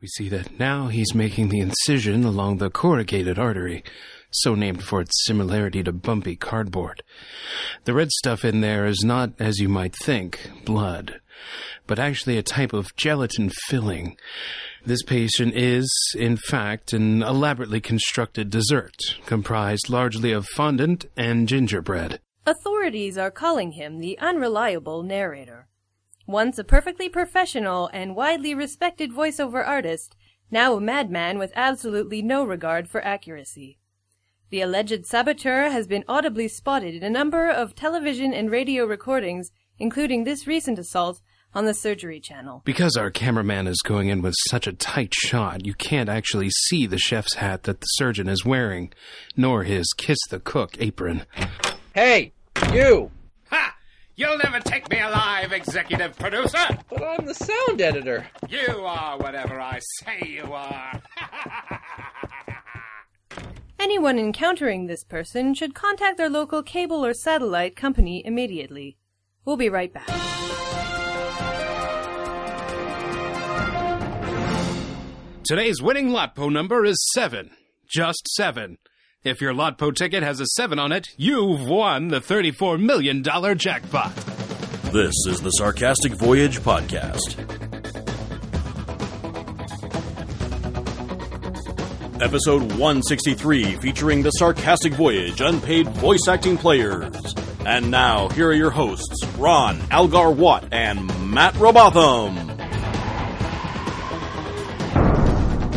We see that now he's making the incision along the corrugated artery, so named for its similarity to bumpy cardboard. The red stuff in there is not, as you might think, blood, but actually a type of gelatin filling. This patient is, in fact, an elaborately constructed dessert, comprised largely of fondant and gingerbread. Authorities are calling him the unreliable narrator. Once a perfectly professional and widely respected voiceover artist, now a madman with absolutely no regard for accuracy. The alleged saboteur has been audibly spotted in a number of television and radio recordings, including this recent assault on the Surgery Channel. Because our cameraman is going in with such a tight shot, you can't actually see the chef's hat that the surgeon is wearing, nor his kiss the cook apron. Hey, you! Ha! You'll never take me alive, executive producer! But I'm the sound editor. You are whatever I say you are. Anyone encountering this person should contact their local cable or satellite company immediately. We'll be right back. Today's winning Lotpo number is seven. Just seven. If your Lotpo ticket has a seven on it, you've won the $34 million jackpot. This is the Sarcastic Voyage Podcast. Episode 163, featuring the Sarcastic Voyage unpaid voice acting players. And now, here are your hosts, Ron Algar Watt and Matt Robotham.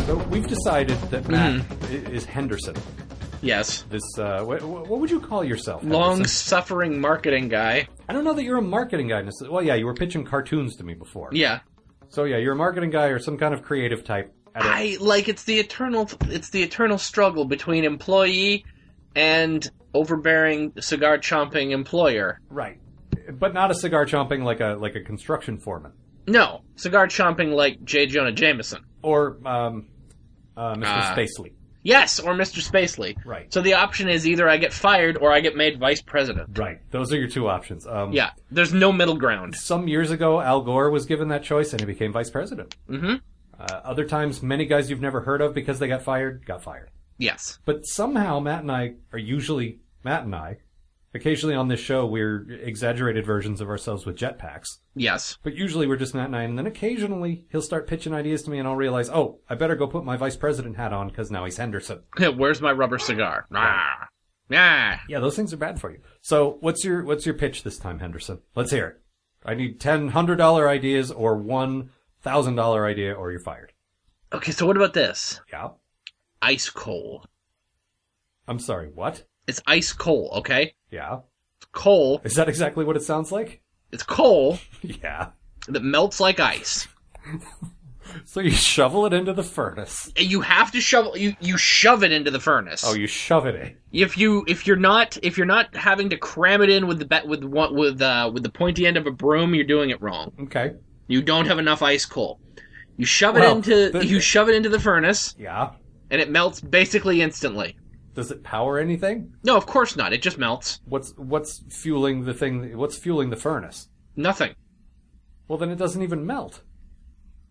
So we've decided that Matt i- is Henderson. Mm-hmm. Yes. This, uh, wh- wh- what would you call yourself? Long Henderson? suffering marketing guy. I don't know that you're a marketing guy. necess- Well, yeah, you were pitching cartoons to me before. Yeah. So yeah, you're a marketing guy or some kind of creative type. at a- I like it's the eternal it's the eternal struggle between employee and overbearing cigar chomping employer. right, but not a cigar chomping like a like a construction foreman No, cigar chomping like J. Jonah Jameson. or um, uh, Mr. Ah. Spacely. Yes, or Mr. Spacely. Right. So the option is either I get fired or I get made vice president. Right. Those are your two options. Um, Yeah, there's no middle ground. Some years ago, Al Gore was given that choice and he became vice president. Mhm. Uh, other times, many guys you've never heard of because they got fired got fired. Yes. But somehow Matt and I are usually Matt and I. Occasionally on this show we're exaggerated versions of ourselves with jetpacks. Yes. But usually we're just Matt and I, and then occasionally he'll start pitching ideas to me and I'll realize, oh, I better go put my vice president hat on because now he's Henderson. Where's my rubber cigar? Ah. Ah. Yeah, those things are bad for you. So what's your what's your pitch this time, Henderson? Let's hear it. I need ten hundred dollar ideas or one thousand dollar idea or you're fired. Okay, so what about this? Yeah. Ice coal. I'm sorry, what? It's ice coal, okay? Yeah. Coal. Is that exactly what it sounds like? It's coal Yeah. that melts like ice. So you shovel it into the furnace. And You have to shovel you, you shove it into the furnace. Oh, you shove it in. if you if you're not if you're not having to cram it in with the be- with one with uh with the pointy end of a broom, you're doing it wrong. Okay. You don't have enough ice coal. You shove it Well, into the- you shove it into the furnace Yeah. and it melts basically instantly. Does it power anything? No, of course not. It just melts. What's what's fueling the thing? What's fueling the furnace? Nothing. Well, then it doesn't even melt.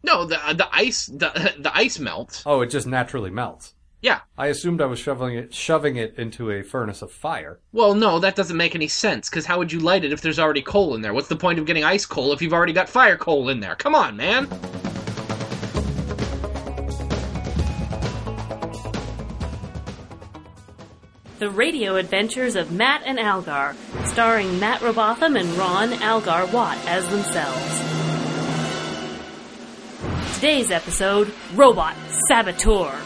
No, the uh, the ice the the ice melts. Oh, it just naturally melts. Yeah. I assumed I was shoveling it, shoving it into a furnace of fire. Well, no, that doesn't make any sense, because how would you light it if there's already coal in there? What's the point of getting ice coal if you've already got fire coal in there? Come on, man! The Radio Adventures of Matt and Algar, starring Matt Robotham and Ron Algar Watt as themselves. Today's episode Robot Saboteur.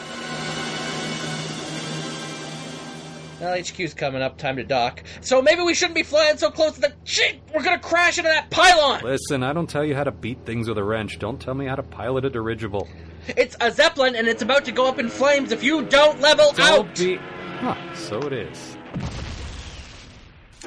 Well, HQ's coming up, time to dock. So maybe we shouldn't be flying so close to the. Shit! We're gonna crash into that pylon! Listen, I don't tell you how to beat things with a wrench. Don't tell me how to pilot a dirigible. It's a Zeppelin and it's about to go up in flames if you don't level out! be. Huh, so it is.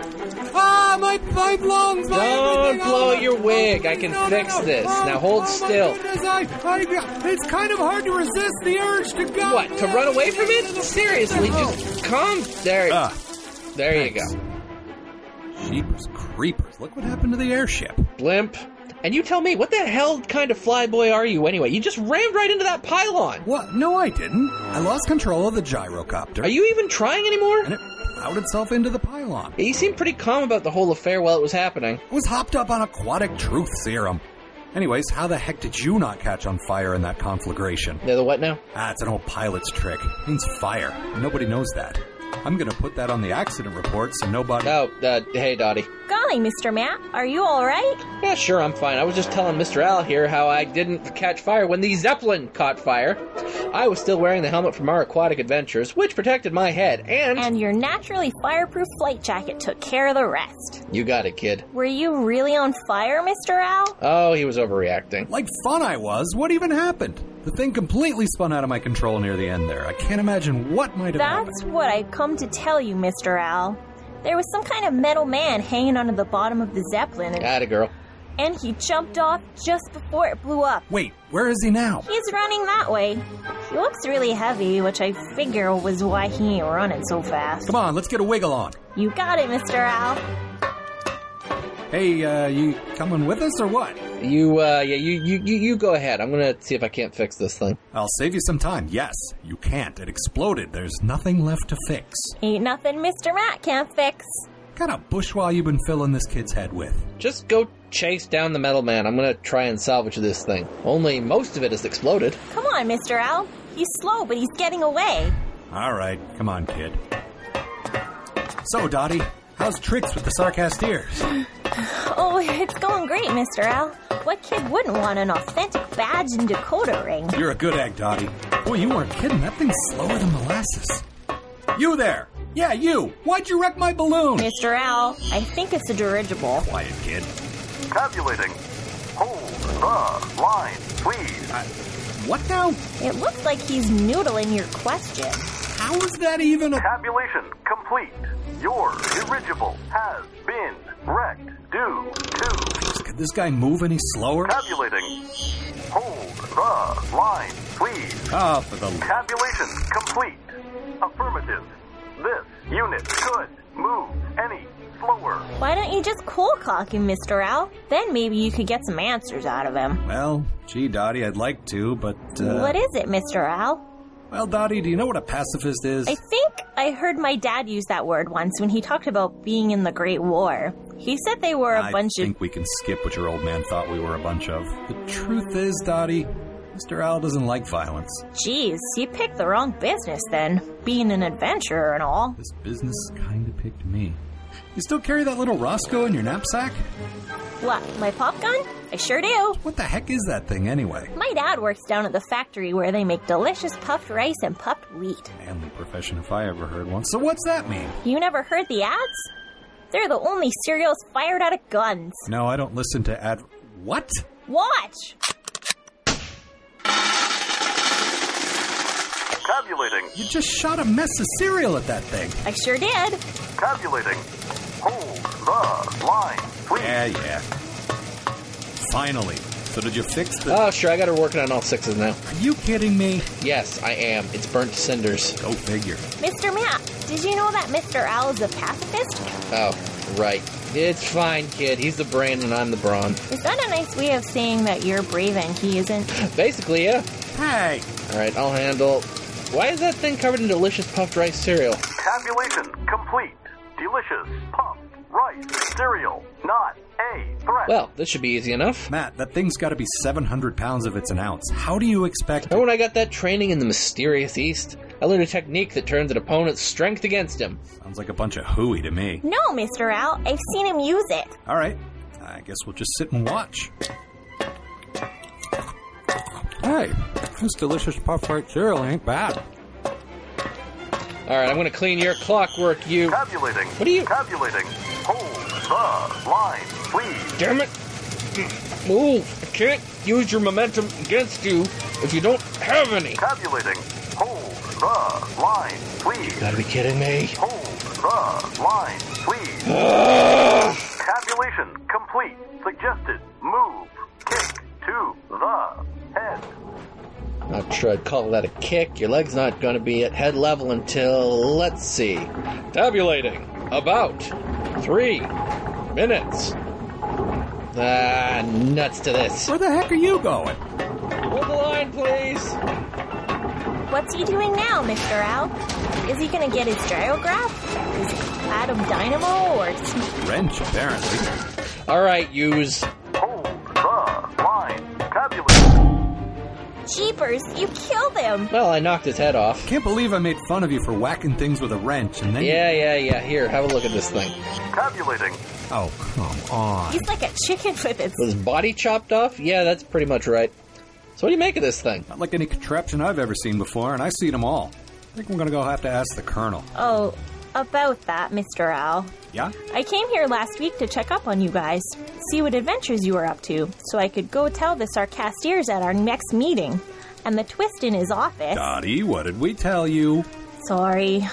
Ah, my, my lungs! My Don't everything, blow oh, your oh, wig. I can no, no, fix no. this. Oh, Now hold oh, my still. goodness, I- I- it's kind of hard to resist the urge to go. Oh. What, to run away from it? Seriously, just calm. There, Ah, there you go. Jeepers creepers. Look what happened to the airship. Blimp. And you tell me, what the hell kind of flyboy are you anyway? You just rammed right into that pylon. What? No, I didn't. I lost control of the gyrocopter. Are you even trying anymore? And it plowed itself into the pylon. You seemed pretty calm about the whole affair while it was happening. It was hopped up on aquatic truth serum. Anyways, how the heck did you not catch on fire in that conflagration? They're the what now? Ah, it's an old pilot's trick. It means fire. Nobody knows that. I'm gonna put that on the accident report so nobody. Oh, uh, hey, Dottie. Golly, Mr. Matt, are you alright? Yeah, sure, I'm fine. I was just telling Mr. Al here how I didn't catch fire when the Zeppelin caught fire. I was still wearing the helmet from our aquatic adventures, which protected my head, and. And your naturally fireproof flight jacket took care of the rest. you got it, kid. Were you really on fire, Mr. Owl? Oh, he was overreacting. Like fun I was, what even happened? The thing completely spun out of my control near the end there. I can't imagine what might have happened. That's what I've come to tell you, Mr. Owl. There was some kind of metal man hanging onto the bottom of the Zeppelin, and, Atta girl. and he jumped off just before it blew up. Wait, where is he now? He's running that way. He looks really heavy, which I figure was why he ain't running so fast. Come on, let's get a wiggle on. You got it, Mr. Owl. Hey, uh, you coming with us or what? You, uh, yeah, you, you, you, you go ahead. I'm gonna see if I can't fix this thing. I'll save you some time. Yes, you can't. It exploded. There's nothing left to fix. Ain't nothing Mr. Matt can't fix. What kind of bourgeois you been filling this kid's head with? Just go chase down the metal man. I'm gonna try and salvage this thing. Only most of it has exploded. Come on, Mr. Owl. He's slow, but he's getting away. All right, come on, kid. So, Dottie, how's tricks with the sarcasteers? Oh, it's going great, Mr. Owl. What kid wouldn't want an authentic badge and decoder ring? You're a good egg, Dottie. Boy, you weren't kidding. That thing's slower than molasses. You there! Yeah, you! Why'd you wreck my balloon? Mr. Owl, I think it's a dirigible. Quiet, kid. Tabulating. Hold the line, please. What now? It looks like he's noodling your question. How is that even a. Tabulation complete. Your dirigible has been wrecked due to Could this guy move any slower? tabulating. Hold the line, please. Ah, for the. Tabulation complete. Affirmative. This unit could move any slower. Why don't you just cool cock him, Mr. Owl? Then maybe you could get some answers out of him. Well, gee, Dottie, I'd like to, but. Uh, What is it, Mr. Owl? Well, Dottie, do you know what a pacifist is? I think I heard my dad use that word once when he talked about being in the Great War. He said they were a I bunch think we can skip what your old man thought we were a bunch of. The truth is, Dottie, Mr. Owl doesn't like violence. of. Jeez, you picked the wrong business then, being an adventurer and all. This business kinda picked me. You still carry that little Roscoe in your knapsack? What, my pop gun? I sure do. What the heck is that thing anyway? My dad works down at the factory where they make delicious puffed rice and puffed wheat. Manly profession if I ever heard one. So what's that mean? You never heard the ads? They're the only cereals fired out of guns. No, I don't listen to ad. What? Watch! Tabulating. You just shot a mess of cereal at that thing. I sure did. Tabulating. Hold the line, please. Yeah, yeah. Finally. So did you fix the? Oh, sure, I got her working on all sixes now. Are you kidding me? Yes, I am. It's burnt cinders. Go figure. Mr. Matt, did you know that Mr. Owl is a pacifist? Oh, right. It's fine, kid. He's the brain and I'm the brawn. Is that a nice way of saying that you're brave and he isn't? Basically, yeah. Hey, All right, I'll handle. Why is that thing covered in delicious puffed rice cereal? Tabulation complete. Delicious pumped rice cereal. Not a threat. Well, this should be easy enough. Matt, that thing's got to be 700 pounds if it's an ounce. How do you expect? Remember when Oh, I got that training in the mysterious East? I learned a technique that turns an opponent's strength against him. Sounds like a bunch of hooey to me. No, Mr. Owl, I've seen him use it. All right, I guess we'll just sit and watch. Hey, this delicious puff right cereal ain't bad. All right, I'm gonna clean your clockwork, you. Tabulating. What are you- Tabulating. Hold the line, please. Damn it! Move! I can't use your momentum against you if you don't have any. Tabulating. Hold the line, please. Gotta be kidding me. Hold the line, please. Tabulation complete. Suggested move. Kick to the head. Not sure I'd call that a kick. Your leg's not going to be at head level until, let's see, tabulating about three minutes. Ah, nuts to this. Where the heck are you going? Hold the line, please. What's he doing now, Mr. Al? Is he gonna get his gyrograph? Is Adam Dynamo or some Wrench, apparently. All right, use. Jeepers, you killed him! Well, I knocked his head off. Can't believe I made fun of you for whacking things with a wrench and then. Yeah, yeah, yeah. Here, have a look at this thing. Tabulating. Oh, come on. He's like a chicken with its. Was his body chopped off? Yeah, that's pretty much right. So, what do you make of this thing? Not like any contraption I've ever seen before, and I've seen them all. I think I'm gonna go have to ask the Colonel. Oh, about that, Mr. Al. Yeah? I came here last week to check up on you guys, see what adventures you were up to, so I could go tell the Sarcasteers at our next meeting. And the twist in his office. Dottie, what did we tell you? Sorry.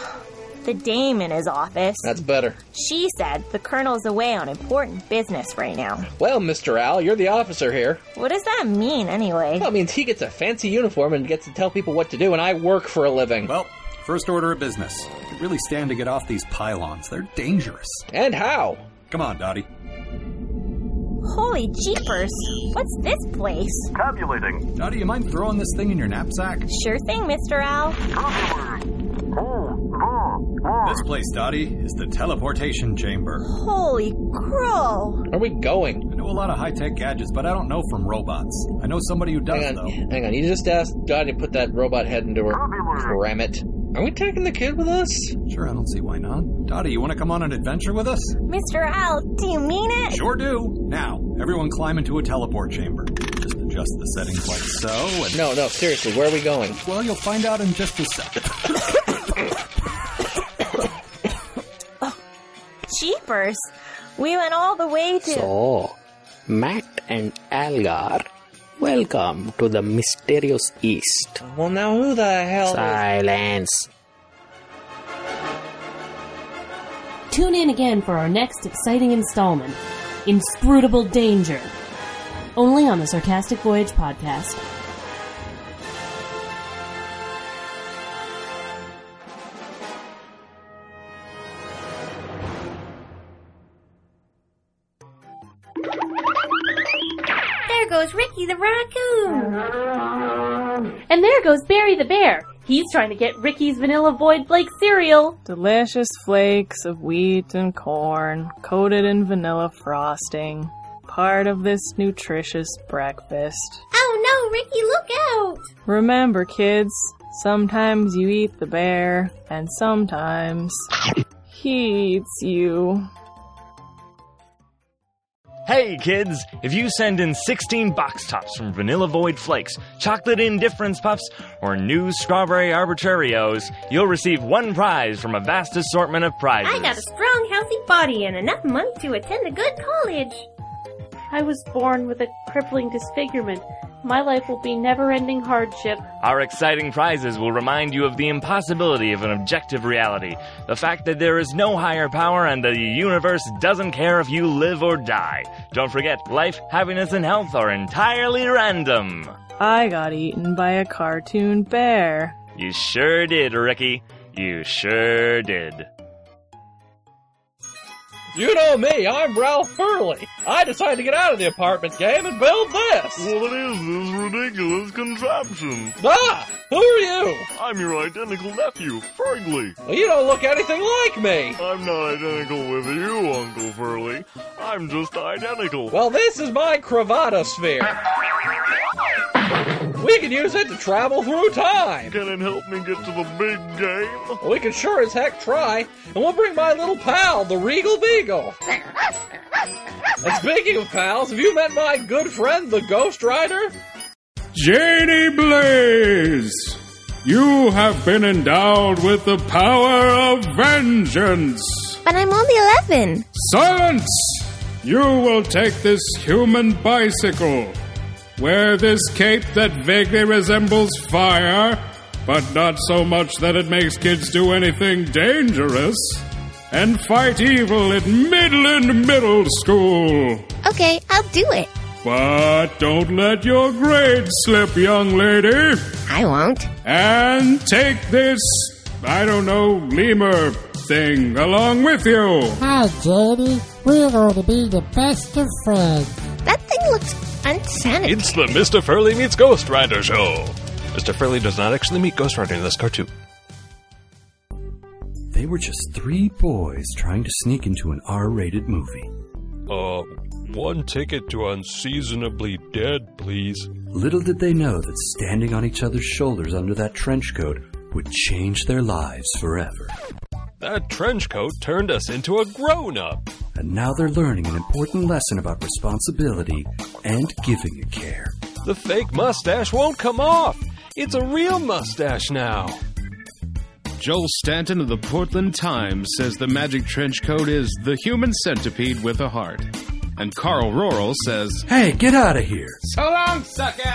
The dame in his office. That's better. She said the colonel's away on important business right now. Well, Mr. Al, you're the officer here. What does that mean, anyway? Well, it means he gets a fancy uniform and gets to tell people what to do, and I work for a living. Well, first order of business. I could really stand to get off these pylons. They're dangerous. And how? Come on, Dottie. Holy jeepers! What's this place? Tabulating. Dottie, you mind throwing this thing in your knapsack? Sure thing, Mr. Al. This place, Dottie, is the teleportation chamber. Holy crow! Where are we going? I know a lot of high tech gadgets, but I don't know from robots. I know somebody who does, Hang on, though. hang on. You just asked Dottie to put that robot head into her. Ram it. Are we taking the kid with us? Sure, I don't see why not. Dottie, you want to come on an adventure with us? Mr. Al, do you mean it? Sure do. Now, everyone climb into a teleport chamber. Just adjust the settings like so, and No, no, seriously, where are we going? well, you'll find out in just a second. Jeepers! We went all the way to. So, Matt and Algar, welcome um, to the mysterious East. Well, now who the hell is. Silence. Tune in again for our next exciting installment Inscrutable Danger. Only on the Sarcastic Voyage podcast. There goes Ricky the raccoon. And there goes Barry the Bear. He's trying to get Ricky's Vanilla Void Flake cereal. Delicious flakes of wheat and corn, coated in vanilla frosting, part of this nutritious breakfast. Oh no, Ricky, look out! Remember, kids, sometimes you eat the bear, and sometimes he eats you. Hey kids, if you send in 16 box tops from Vanilla Void Flakes, Chocolate Indifference Puffs, or New Strawberry Arbitrarios, you'll receive one prize from a vast assortment of prizes. I got a strong, healthy body and enough money to attend a good college. I was born with a crippling disfigurement. My life will be never ending hardship. Our exciting prizes will remind you of the impossibility of an objective reality, the fact that there is no higher power and the universe doesn't care if you live or die. Don't forget, life, happiness, and health are entirely random. I got eaten by a cartoon bear. You sure did, Ricky. You sure did. You know me, I'm Ralph Furley. I decided to get out of the apartment game and build this. What is this ridiculous contraption? Ah! Who are you? I'm your identical nephew, Fergley. Well, you don't look anything like me. I'm not identical with you, Uncle Furley. I'm just identical. Well, this is my cravatosphere. We can use it to travel through time. Can it help me get to the big game? We can sure as heck try, and we'll bring my little pal, the Regal Beagle. And speaking of pals, have you met my good friend, the Ghost Rider? Janie Blaze, you have been endowed with the power of vengeance. But I'm only 11. Silence! You will take this human bicycle, wear this cape that vaguely resembles fire, but not so much that it makes kids do anything dangerous, and fight evil at Midland Middle School. Okay, I'll do it. But don't let your grades slip, young lady. I won't. And take this, I don't know, lemur thing along with you. Hi, Janie. We're going to be the best of friends. That thing looks unsanitary. It's the Mr. Furley meets Ghost Rider show. Mr. Furley does not actually meet Ghost Rider in this cartoon. They were just three boys trying to sneak into an R rated movie. Uh, one ticket to unseasonably dead, please. Little did they know that standing on each other's shoulders under that trench coat would change their lives forever. That trench coat turned us into a grown up. And now they're learning an important lesson about responsibility and giving a care. The fake mustache won't come off. It's a real mustache now. Joel Stanton of the Portland Times says the magic trench coat is the human centipede with a heart. And Carl Roral says, Hey, get out of here! So long, sucker!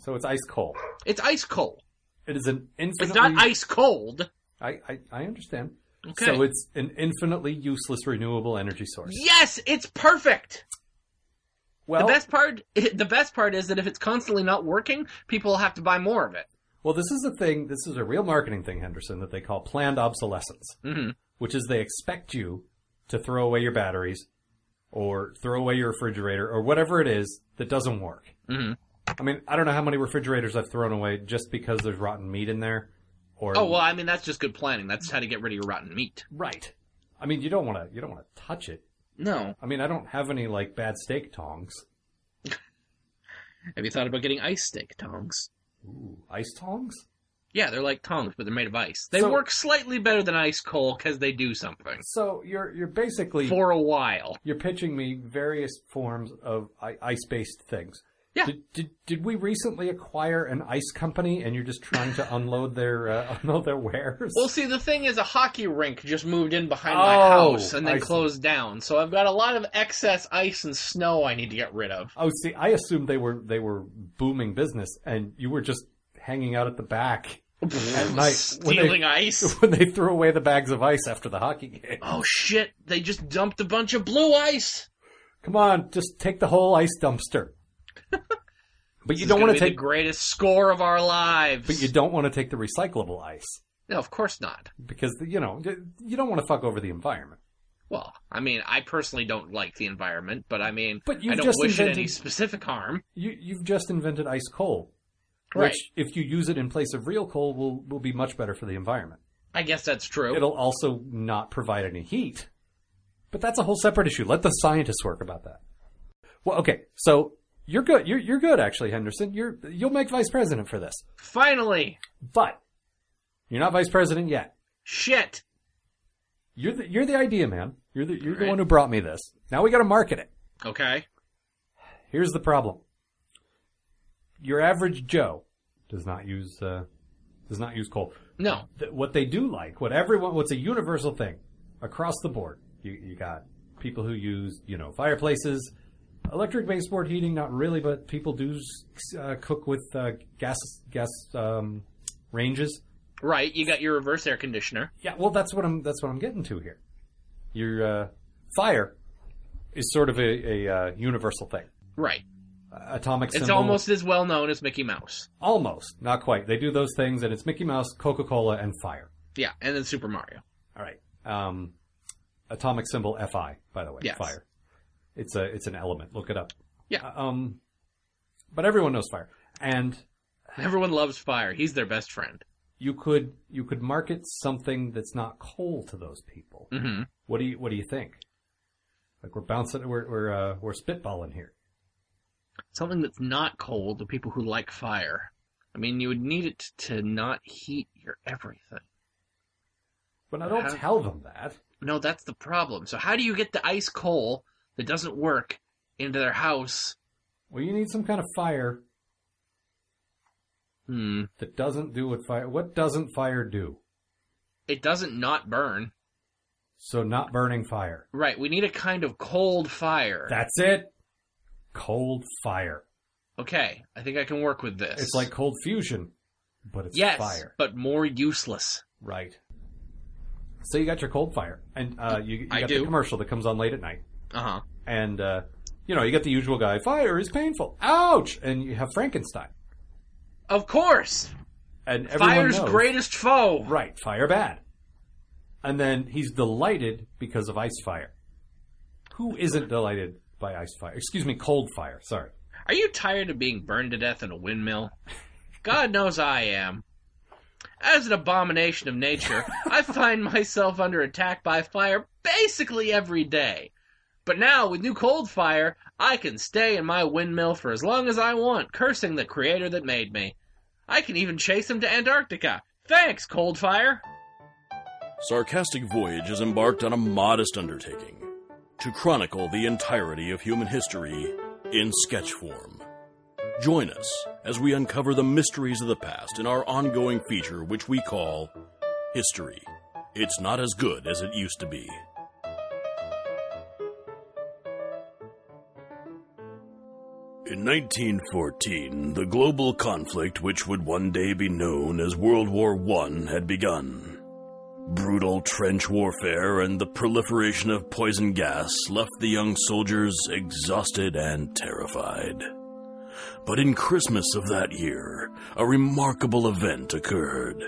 So it's ice cold. It's ice cold. It is an It's infinitely. not ice cold. I, I, I understand. Okay. So it's an infinitely useless renewable energy source. Yes, it's perfect. Well- the best part, the best part is that if it's constantly not working, people will have to buy more of it. Well, this is a thing. This is a real marketing thing, Henderson, that they call planned obsolescence, Mhm. which is they expect you to throw away your batteries or throw away your refrigerator or whatever it is that doesn't work. Mhm. I mean, I don't know how many refrigerators I've thrown away just because there's rotten meat in there. Or Oh well, I mean that's just good planning. That's how to get rid of your rotten meat. Right. I mean, you don't want to. You don't want to touch it. No. I mean, I don't have any like bad steak tongs. Have you thought about getting ice steak tongs? Ooh, ice tongs? Yeah, they're like tongs, but they're made of ice. They So- work slightly better than ice coal because they do something. So you're you're basically for a while. You're pitching me various forms of i- ice-based things. Yeah. Did, did did we recently acquire an ice company and you're just trying to unload their uh, unload their wares? Well, see, the thing is, a hockey rink just moved in behind my Oh, house and then I see. closed down, so I've got a lot of excess ice and snow I need to get rid of. Oh, see, I assumed they were they were booming business and you were just hanging out at the back at night when they- Stealing ice. when they threw away the bags of ice after the hockey game. Oh shit! They just dumped a bunch of blue ice. Come on, just take the whole ice dumpster. But This you is don't gonna want be to the take greatest score of our lives. but you don't want to take the recyclable ice No, of course not. because you know, you don't want to fuck over the environment. Well, I mean, I personally don't like the environment, but I mean, But I you've don't just wish it any invented- specific harm. You, you've just invented ice coal, Right. which, if you use it in place of real coal, will will be much better for the environment. I guess that's true. It'll also not provide any heat, but that's a whole separate issue. Let the scientists work about that. Well, okay, so you're good. You're you're good, actually, Henderson. You're you'll make vice president for this, Finally, but you're not vice president yet. shit. You're the you're the idea man. You're the you're the Right. one who brought me this. Now we got to market it. Okay. Here's the problem. Your average Joe does not use uh, does not use coal. No. Th- what they do like, what everyone, what's a universal thing across the board. You, you got people who use you know fireplaces, electric baseboard heating, not really, but people do s- uh, cook with uh, gas gas um, ranges. Right, you got your reverse air conditioner. Yeah, well, that's what I'm that's what I'm getting to here. Your uh, fire is sort of a, a uh, universal thing. Right. Atomic. It's symbol. almost as well known as Mickey Mouse. Almost, not quite. They do those things, and it's Mickey Mouse, Coca Cola, and fire. Yeah, and then Super Mario. All right. Um, atomic symbol Fi, by the way, Yes. fire. It's a it's an element. Look it up. Yeah. um, but everyone knows fire, and Everyone loves fire. He's their best friend. you could you could market something that's not coal to those people. Mhm. What do you What do you think? Like we're bouncing, we're we're uh, we're spitballing here. Something that's not cold to people who like fire. I mean, you would need it to not heat your everything. But I don't How- tell them that. No, that's the problem. So how do you get the ice coal that doesn't work into their house? Well, you need some kind of fire Hmm. that doesn't do what fire. What doesn't fire do? It doesn't not burn. So not burning fire. Right, we need a kind of cold fire. That's it. Cold fire. Okay, I think I can work with this. It's like cold fusion, but it's yes, fire. but more useless. Right. So you got your cold fire, and uh, you, you I got do. the commercial that comes on late at night, Uh huh. and uh, you know you got the usual guy. Fire is painful. Ouch! And you have Frankenstein, Of course. And everyone Fire's knows- greatest foe. Right, fire bad. And then he's delighted because of ice fire. Who isn't delighted by ice fire? Excuse me, cold fire. Sorry. Are you tired of being burned to death in a windmill? God knows I am. As an abomination of nature, I find myself under attack by fire basically every day. But now, with new cold fire, I can stay in my windmill for as long as I want, cursing the creator that made me. I can even chase him to Antarctica. Thanks, cold fire! Sarcastic Voyage has embarked on a modest undertaking to chronicle the entirety of human history in sketch form. Join us as we uncover the mysteries of the past in our ongoing feature, which we call History. It's not as good as it used to be. In 1914, the global conflict which would one day be known as World War I had begun. Brutal trench warfare and the proliferation of poison gas left the young soldiers exhausted and terrified. But in Christmas of that year, a remarkable event occurred.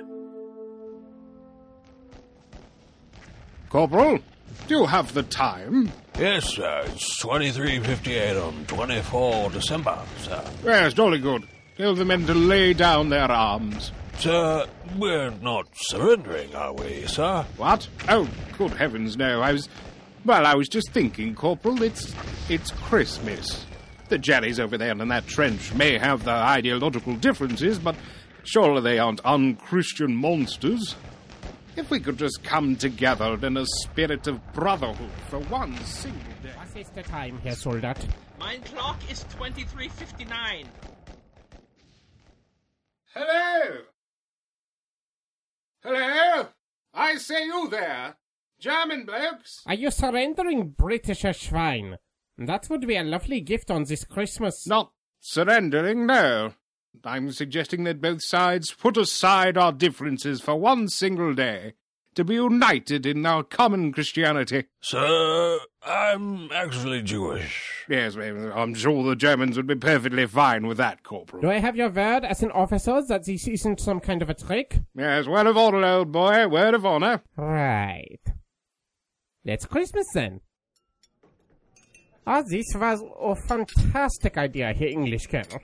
Corporal, do you have the time? Yes, sir. It's 2358 on 24 December, sir. Yes, jolly good. Tell the men to lay down their arms. Sir, we're not surrendering, are we, sir? What? Oh, good heavens, no. I was. Well, I was just thinking, Corporal, it's. it's Christmas. The jellies over there in that trench may have their ideological differences, but surely they aren't unchristian monsters. If we could just come together in a spirit of brotherhood for one single day. Was ist der time, Herr Soldat? Mein clock is 2359. Hello! Hello! I say you there! German blokes! Are you surrendering, Britisher Schwein? That would be a lovely gift on this Christmas. Not surrendering, no. I'm suggesting that both sides put aside our differences for one single day to be united in our common Christianity. Sir, I'm actually Jewish. Yes, well, I'm sure the Germans would be perfectly fine with that, Corporal. Do I have your word as an officer that this isn't some kind of a trick? Yes, word of honor, old boy, word of honor. Right. Let's Christmas then. Ah, this was a fantastic idea, Herr English Colonel.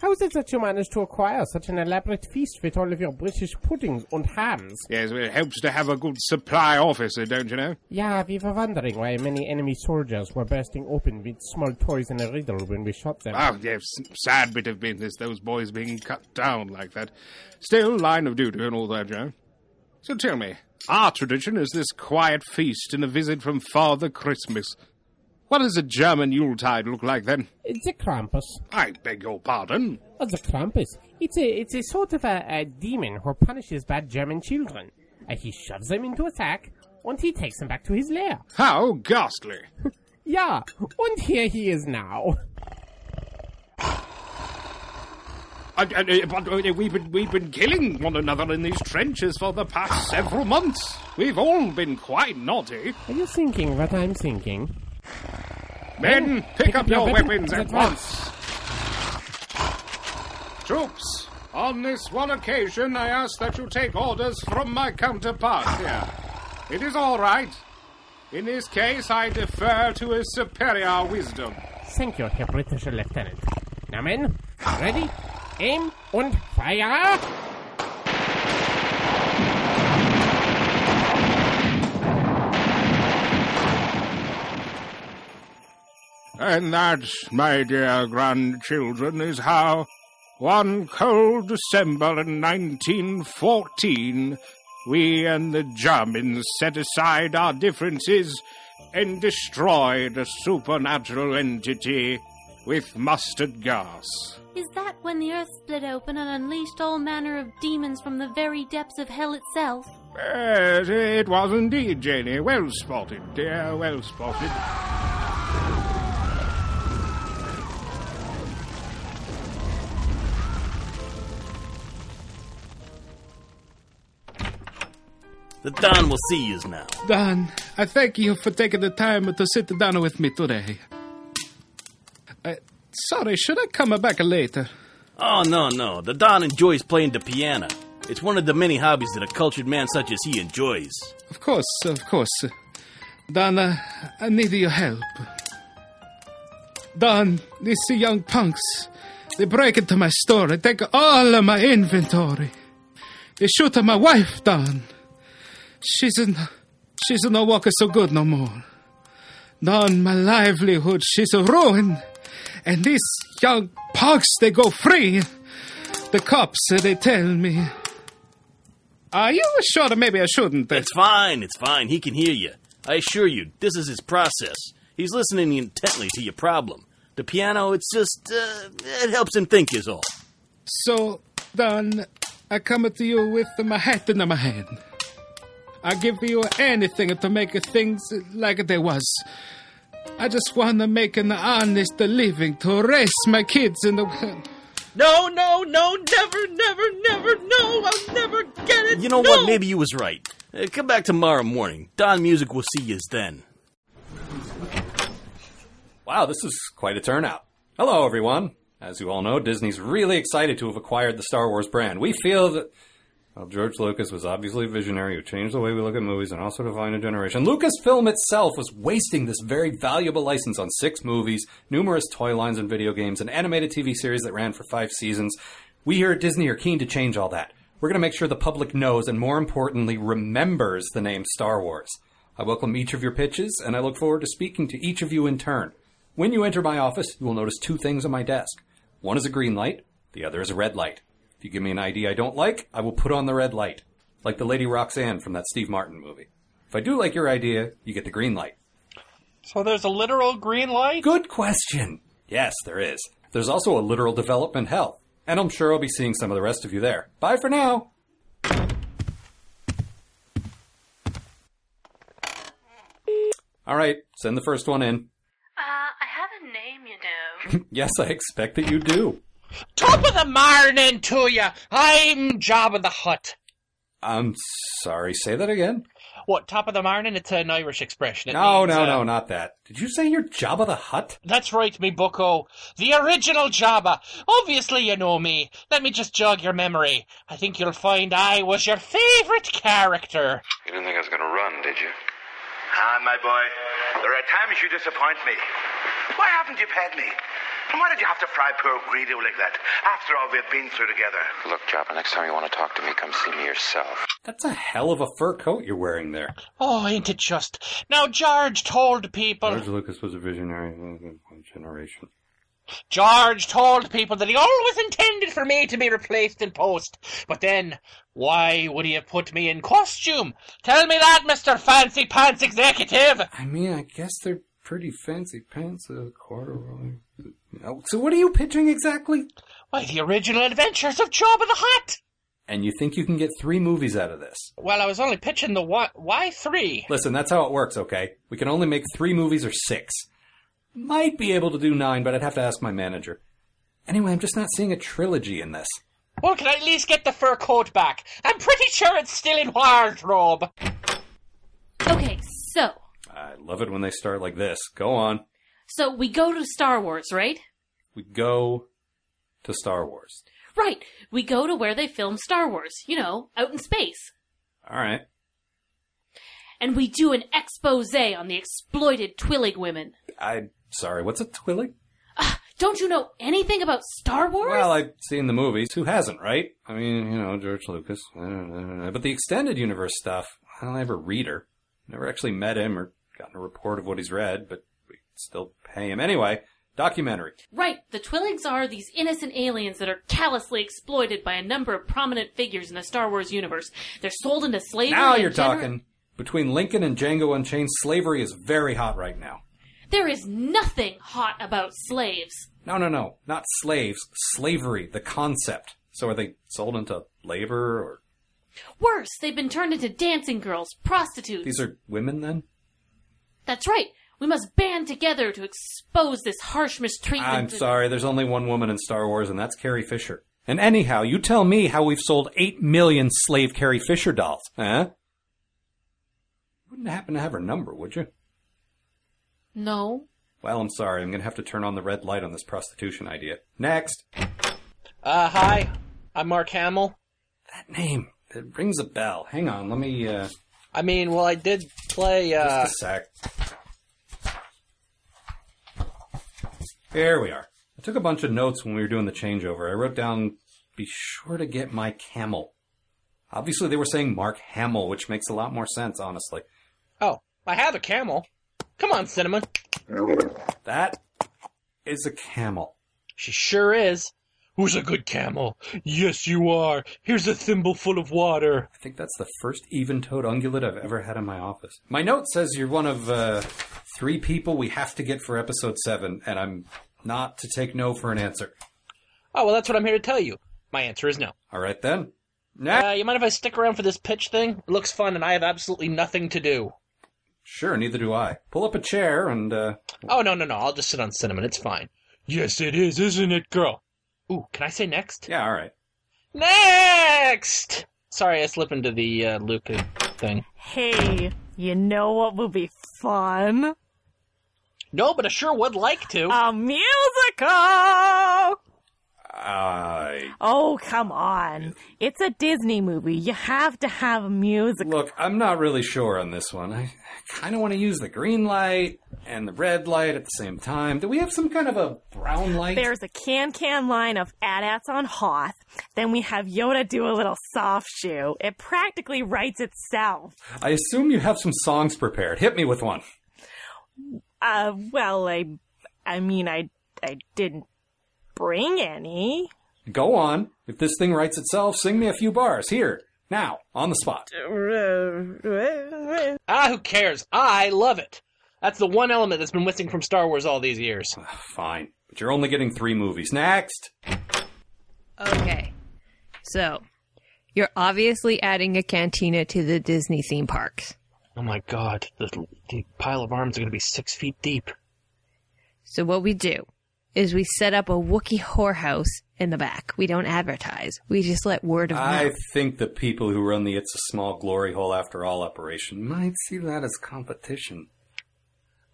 How is it that you managed to acquire such an elaborate feast with all of your British puddings and hams? Yes, well, it helps to have a good supply officer, don't you know? Yeah, we were wondering why many enemy soldiers were bursting open with small toys and a riddle when we shot them. Oh, yes, sad bit of business, those boys being cut down like that. Still, line of duty and all that, Joe. So tell me, our tradition is this quiet feast and a visit from Father Christmas. What does a German Yuletide look like, then? It's a Krampus. I beg your pardon? Oh, the Krampus. It's a, it's a sort of a, a demon who punishes bad German children. Uh, he shoves them into a sack, and he takes them back to his lair. How ghastly! yeah, and here he is now. Uh, uh, uh, but uh, we've been, we've been killing one another in these trenches for the past several months. We've all been quite naughty. Are you thinking what I'm thinking? Men, pick, up, your, weapons, at at once. Troops, on this one occasion I ask that you take orders from my counterpart here. It is all right. In this case, I defer to his superior wisdom. Thank you, Herr British Lieutenant. Now, men, ready, aim, and fire! And that, my dear grandchildren, is how, one cold December in 1914, we and the Germans set aside our differences and destroyed a supernatural entity with mustard gas. Is that when the earth split open and unleashed all manner of demons from the very depths of hell itself? Yes, it was indeed, Janie. Well spotted, dear, well spotted. The Don will see yous now. Don, I thank you for taking the time to sit down with me today. Uh, sorry, should I come back later? Oh, no, no. The Don enjoys playing the piano. It's one of the many hobbies that a cultured man such as he enjoys. Of course, of course. Don, uh, I need your help. Don, these young punks, they break into my store. They take all of my inventory. They shoot at my wife, Don. She's in, she's no walker so good no more. Don, my livelihood, she's a ruin. And these young punks, they go free. The cops, uh, they tell me. Are Uh, you sure that maybe I shouldn't? uh, It's fine, it's fine. He can hear you. I assure you, this is his process. He's listening intently to your problem. The piano, it's just, uh, it helps him think, is all. So, Don, I come to you with my hat in my hand. I give you anything to make things like they was. I just want to make an honest living to raise my kids in the. No, no, no, never, never, never, no, I'll never get it. You know no. what? Maybe you was right. Uh, come back tomorrow morning. Don Music will see yous then. Wow, this is quite a turnout. Hello, everyone. As you all know, Disney's really excited to have acquired the Star Wars brand. We feel that. Well, George Lucas was obviously a visionary who changed the way we look at movies and also defined a generation. Lucasfilm itself was wasting this very valuable license on six movies, numerous toy lines and video games, an animated TV series that ran for five seasons. We here at Disney are keen to change all that. We're going to make sure the public knows and, more importantly, remembers the name Star Wars. I welcome each of your pitches, and I look forward to speaking to each of you in turn. When you enter my office, you will notice two things on my desk. One is a green light, the other is a red light. If you give me an ID I don't like, I will put on the red light, like the Lady Roxanne from that Steve Martin movie. If I do like your idea, you get the green light. So there's a literal green light? Good question. Yes, there is. There's also a literal development hell, and I'm sure I'll be seeing some of the rest of you there. Bye for now. All right, send the first one in. Uh, I have a name, you know. yes, I expect that you do. Top of the morning to you. I'm Job of the Hut. I'm sorry, say that again. What, top of the morning? It's an Irish expression. It No, means, no, uh, no, not that. Did you say you're Jabba the Hutt? That's right, me bucko. The original Jabba. Obviously you know me. Let me just jog your memory. I think you'll find I was your favorite character. You didn't think I was going to run, did you? Han, Ah, my boy, there are times you disappoint me. Why haven't you paid me? And why did you have to fry poor Greedo like that? After all we've been through together. Look, Jabba, next time you want to talk to me, come see me yourself. That's a hell of a fur coat you're wearing there. Oh, ain't it just? Now, George told people. George Lucas was a visionary of my generation. George told people that he always intended for me to be replaced in post. But then, why would he have put me in costume? Tell me that, Mr. Fancy Pants Executive! I mean, I guess they're pretty fancy pants, uh, corduroy. Oh, So what are you pitching exactly? Why, the original adventures of Job of the Hutt! And you think you can get three movies out of this? Well, I was only pitching the why, why three? Listen, that's how it works, okay? We can only make three movies or six. Might be able to do nine, but I'd have to ask my manager. Anyway, I'm just not seeing a trilogy in this. Well, can I at least get the fur coat back? I'm pretty sure it's still in wardrobe. Okay, so I love it when they start like this. Go on. so we go to Star Wars, right? We go to Star Wars. Right. We go to where they film Star Wars, you know, out in space. All right. And we do an expose on the exploited Twi'lek women. I'm sorry. What's a Twi'lek? Don't you know anything about Star Wars? Well, I've seen the movies. Who hasn't, right? I mean, you know, George Lucas. I don't- I don't know. But the extended universe stuff, I don't ever read her. Never actually met him or gotten a report of what he's read, but we still pay him. Anyway, documentary. Right, the Twi'leks are these innocent aliens that are callously exploited by a number of prominent figures in the Star Wars universe. They're sold into slavery. now and you're gener- talking. Between Lincoln and Django Unchained, slavery is very hot right now. There is nothing hot about slaves. No, no, no. Not slaves. Slavery, the concept. So are they sold into labor or. Worse, they've been turned into dancing girls, prostitutes. These are women then? That's right. We must band together to expose this harsh mistreatment. I'm sorry, there's only one woman in Star Wars, and that's Carrie Fisher. And anyhow, you tell me how we've sold 8 million slave Carrie Fisher dolls, huh? You wouldn't happen to have her number, would you? No. Well, I'm sorry, I'm gonna have to turn on the red light on this prostitution idea. Next! Uh, hi, I'm Mark Hamill. That name, it rings a bell. Hang on, let me, uh... I mean, well, I did play, uh... Just a sec. Here we are. I took a bunch of notes when we were doing the changeover. I wrote down, be sure to get my camel. Obviously, they were saying Mark Hamill, which makes a lot more sense, honestly. Oh, I have a camel. Come on, Cinnamon. That is a camel. She sure is. Who's a good camel? Yes, you are. Here's a thimble full of water. I think that's the first even toed ungulate I've ever had in my office. My note says you're one of uh, three people we have to get for episode seven, and I'm not to take no for an answer. Oh, well, that's what I'm here to tell you. My answer is no. All right, then. Uh, you mind if I stick around for this pitch thing? It looks fun, and I have absolutely nothing to do. Sure, neither do I. Pull up a chair and, uh. Oh, no, no, no. I'll just sit on Cinnamon. It's fine. Yes, it is, isn't it, girl? Ooh, can I say next? Yeah, all right. Next! Sorry, I slip into the uh, Luca thing. Hey, you know what would be fun? No, but I sure would like to. A musical! I. Oh, come on. It's a Disney movie. You have to have a musical. Look, I'm not really sure on this one. I kind of want to use the green light and the red light at the same time. Do we have some kind of a brown light? There's a can can line of Adats on Hoth. Then we have Yoda do a little soft shoe. It practically writes itself. I assume you have some songs prepared. Hit me with one. Uh, well, I, I mean, I, I didn't bring any. Go on. If this thing writes itself, sing me a few bars. Here, now, on the spot. Ah, who cares? I love it. That's the one element that's been missing from Star Wars all these years. Fine. But you're only getting three movies. Next! Okay. So, you're obviously adding a cantina to the Disney theme parks. Oh my god, the, the pile of arms are going to be six feet deep. So, what we do is we set up a Wookiee whorehouse in the back. We don't advertise. We just let word of mouth. I think the people who run the It's a Small Glory Hole After All operation might see that as competition.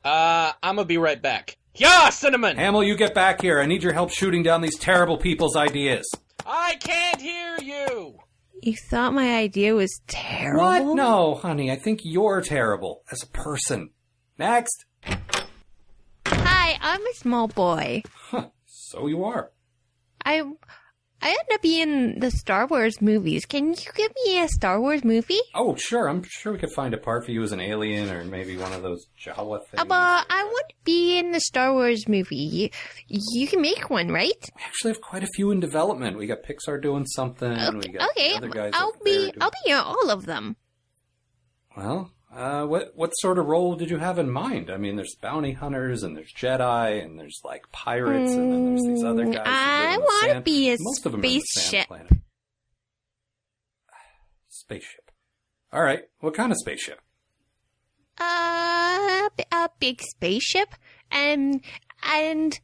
Uh, I'm gonna be right back. Yeah, Cinnamon! Hamill, you get back here. I need your help shooting down these terrible people's ideas. I can't hear you! You thought my idea was terrible? What? No, honey, I think you're terrible as a person. Next! Hi, I'm a small boy. So you are. I I end up being the Star Wars movies. Can you give me a Star Wars movie? Oh, sure. I'm sure we could find a part for you as an alien or maybe one of those Jawa things. Uh, but I want to be in the Star Wars movie. You, you can make one, right? We actually have quite a few in development. We got Pixar doing something. we got Oh, Okay, other guys I'll over there be doing- I'll be in all of them. Well, uh, what what sort of role did you have in mind? I mean, there's bounty hunters and there's Jedi and there's like pirates and then there's these other guys. who live Hmm, I in the want to sand. be a Most of them are in the sand spaceship. planet. Spaceship. All right. What kind of spaceship? Uh, b- a big spaceship, and and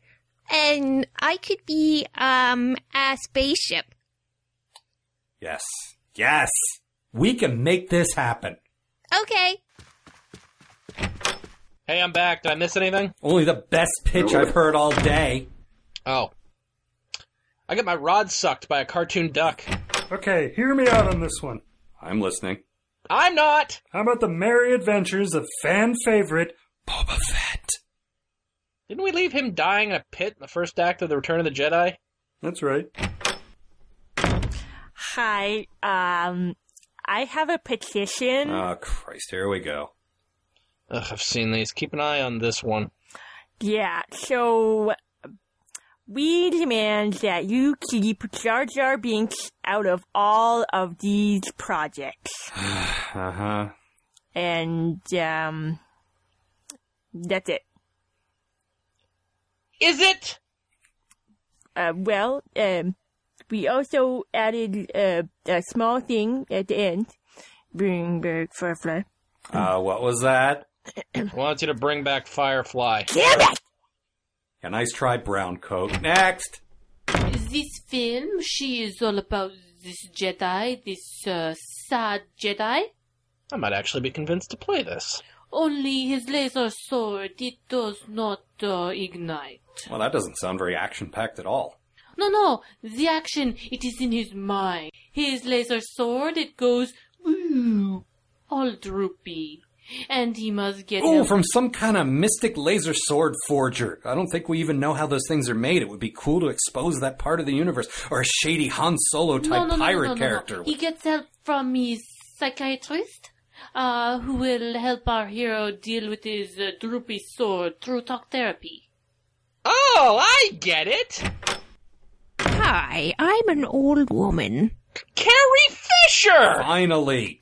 and I could be um a spaceship. Yes. Yes. We can make this happen. Okay. Hey, I'm back. Did I miss anything? Only the best pitch I've heard all day. Oh. I got my rod sucked by a cartoon duck. Okay, hear me out on this one. I'm listening. I'm not! How about the merry adventures of fan favorite Boba Fett? Didn't we leave him dying in a pit in the first act of The Return of the Jedi? That's right. Hi, um, I have a petition. Uh. Oh, Christ. Here we go. Ugh, I've seen these. Keep an eye on this one. Yeah, so we demand that you keep Jar Jar Binks out of all of these projects. Uh huh. And, um, that's it. Is it? Uh, well, um, we also added uh, a small thing at the end. Greenberg Firefly. Uh, what was that? Wants you to bring back Firefly. Damn it! A nice try, Brown Coat. Next. This film, she is all about this Jedi, this uh, sad Jedi. I might actually be convinced to play this. Only his laser sword, it does not uh, ignite. Well, that doesn't sound very action packed at all. No, no, the action, it is in his mind. His laser sword, it goes, ooh, all droopy. And he must get Oh, him- from some kind of mystic laser sword forger. I don't think we even know how those things are made. It would be cool to expose that part of the universe, or a shady Han Solo type no, no, no, pirate no, no, no, character. He gets help from his psychiatrist, uh, who will help our hero deal with his uh, droopy sword through talk therapy. Oh, I get it. Hi, I'm an old woman. Carrie Fisher! Finally!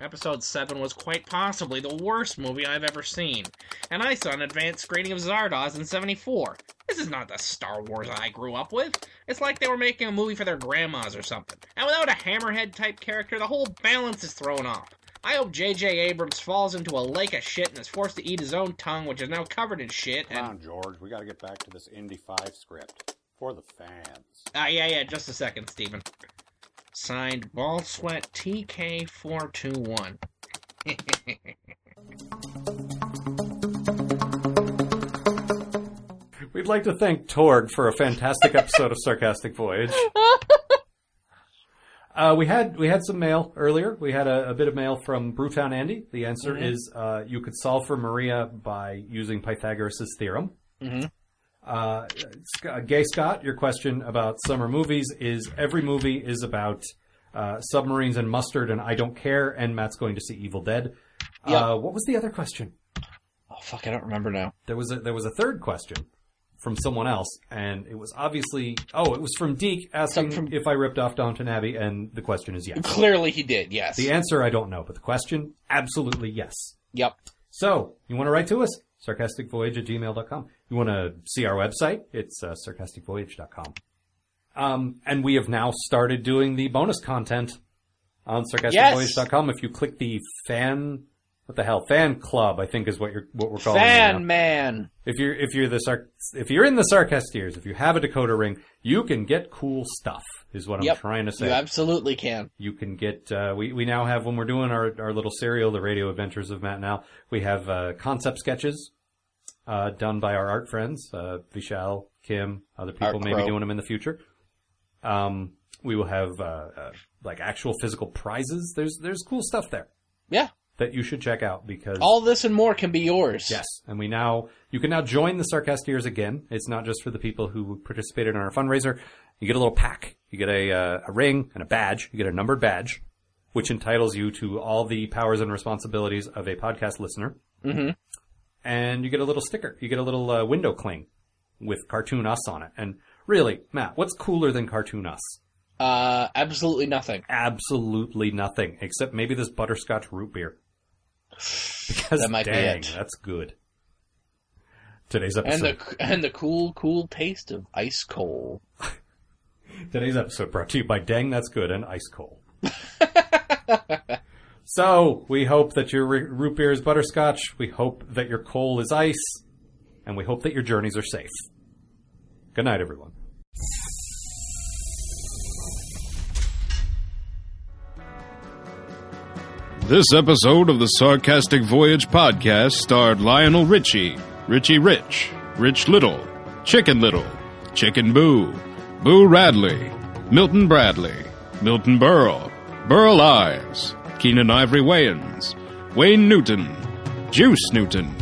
Episode 7 was quite possibly the worst movie I've ever seen, and I saw an advanced screening of Zardoz in 74. This is not the Star Wars I grew up with. It's like they were making a movie for their grandmas or something. And without a hammerhead type character, the whole balance is thrown off. I hope J.J. Abrams falls into a lake of shit and is forced to eat his own tongue, which is now covered in shit. Come And on, George. We got to get back to this Indy 5 script for the fans. Ah, yeah, yeah, just a second, Steven. Signed, Ball Sweat TK421. We'd like to thank Torg for a fantastic episode of Sarcastic Voyage. Uh, we had we had some mail earlier. We had a, a bit of mail from Bruton Andy. The answer Mhm. is uh, you could solve for Maria by using Pythagoras' theorem. Mm-hmm. Uh, Sc- uh, Gay Scott, your question about summer movies is every movie is about uh, submarines and mustard, and I don't care. And Matt's going to see Evil Dead. Uh, what was the other question? Oh fuck, I don't remember now. There was a, there was a third question from someone else, and it was obviously oh, it was from Deke asking if I ripped off Downton Abbey, and the question is yes. Clearly he did, yes. The answer I don't know, but the question absolutely yes. Yep. So you want to write to us? Sarcasticvoyage at gmail.com. You want to see our website? It's uh, sarcasticvoyage.com. Um, and we have now started doing the bonus content on sarcasticvoyage.com. If you click the fan, what the hell, fan club, I think is what you're what we're calling it now. Fan man. If you're if you're the sarc- if you're in the sarcasteers, if you have a decoder ring, you can get cool stuff. Is what I'm Yep. trying to say. You absolutely can. You can get. Uh, we we now have when we're doing our our little serial, the Radio Adventures of Matt. Now we have uh, concept sketches uh, done by our art friends, uh, Vishal, Kim, other people Art maybe Pro. doing them in the future. Um, we will have uh, uh, like actual physical prizes. There's there's cool stuff there. Yeah. That you should check out because All this and more can be yours. Yes, and we now you can now join the Sarcasteers again. It's not just for the people who participated in our fundraiser. You get a little pack. You get a uh, a ring and a badge. You get a numbered badge, which entitles you to all the powers and responsibilities of a podcast listener. Mm-hmm. And you get a little sticker. You get a little uh, window cling with cartoon us on it. And really, Matt, what's cooler than cartoon us? Uh, absolutely nothing. Absolutely nothing, except maybe this butterscotch root beer. Because That might be dang, it. that's good. Today's And episode. the and the cool, cool taste of ice coal. Today's episode brought to you by Dang That's Good and Ice Coal. so, we hope that your re- root beer is butterscotch. We hope that your coal is ice. And we hope that your journeys are safe. Good night, everyone. This episode of the Sarcastic Voyage podcast starred Lionel Richie, Richie Rich, Rich Little, Chicken Little, Chicken Boo, Boo Radley, Milton Bradley, Milton Burl, Burl Ives, Keenan Ivory Wayans, Wayne Newton, Juice Newton,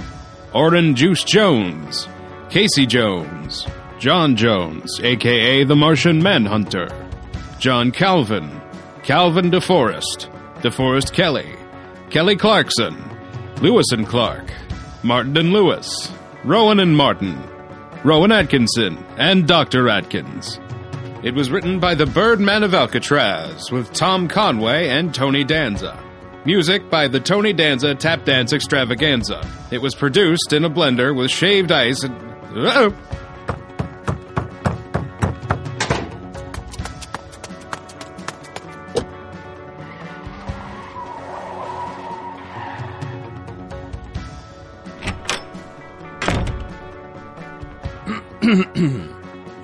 Orin Juice Jones, Casey Jones, John Jones, aka the Martian Manhunter. John Calvin, Calvin DeForest, DeForest Kelly, Kelly Clarkson, Lewis and Clark, Martin and Lewis, Rowan and Martin, Rowan Atkinson, and Dr. Atkins. It was written by the Birdman of Alcatraz with Tom Conway and Tony Danza. Music by the Tony Danza Tap Dance Extravaganza. It was produced in a blender with shaved ice and. Uh-oh.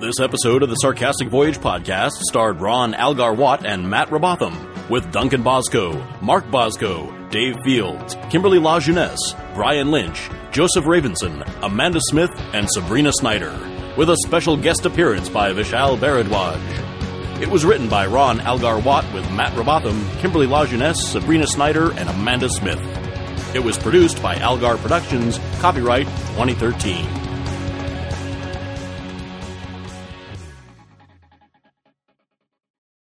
This episode of the Sarcastic Voyage podcast starred Ron Algar Watt and Matt Robotham, with Duncan Bosco, Mark Bosco, Dave Fields, Kimberly LaJeunesse, Brian Lynch, Joseph Ravenson, Amanda Smith, and Sabrina Snyder. with a special guest appearance by Vishal Bharadwaj. It was written by Ron Algar Watt with Matt Robotham, Kimberly Lajeunesse, Sabrina Snyder, and Amanda Smith. It was produced by Algar Productions, copyright 2013.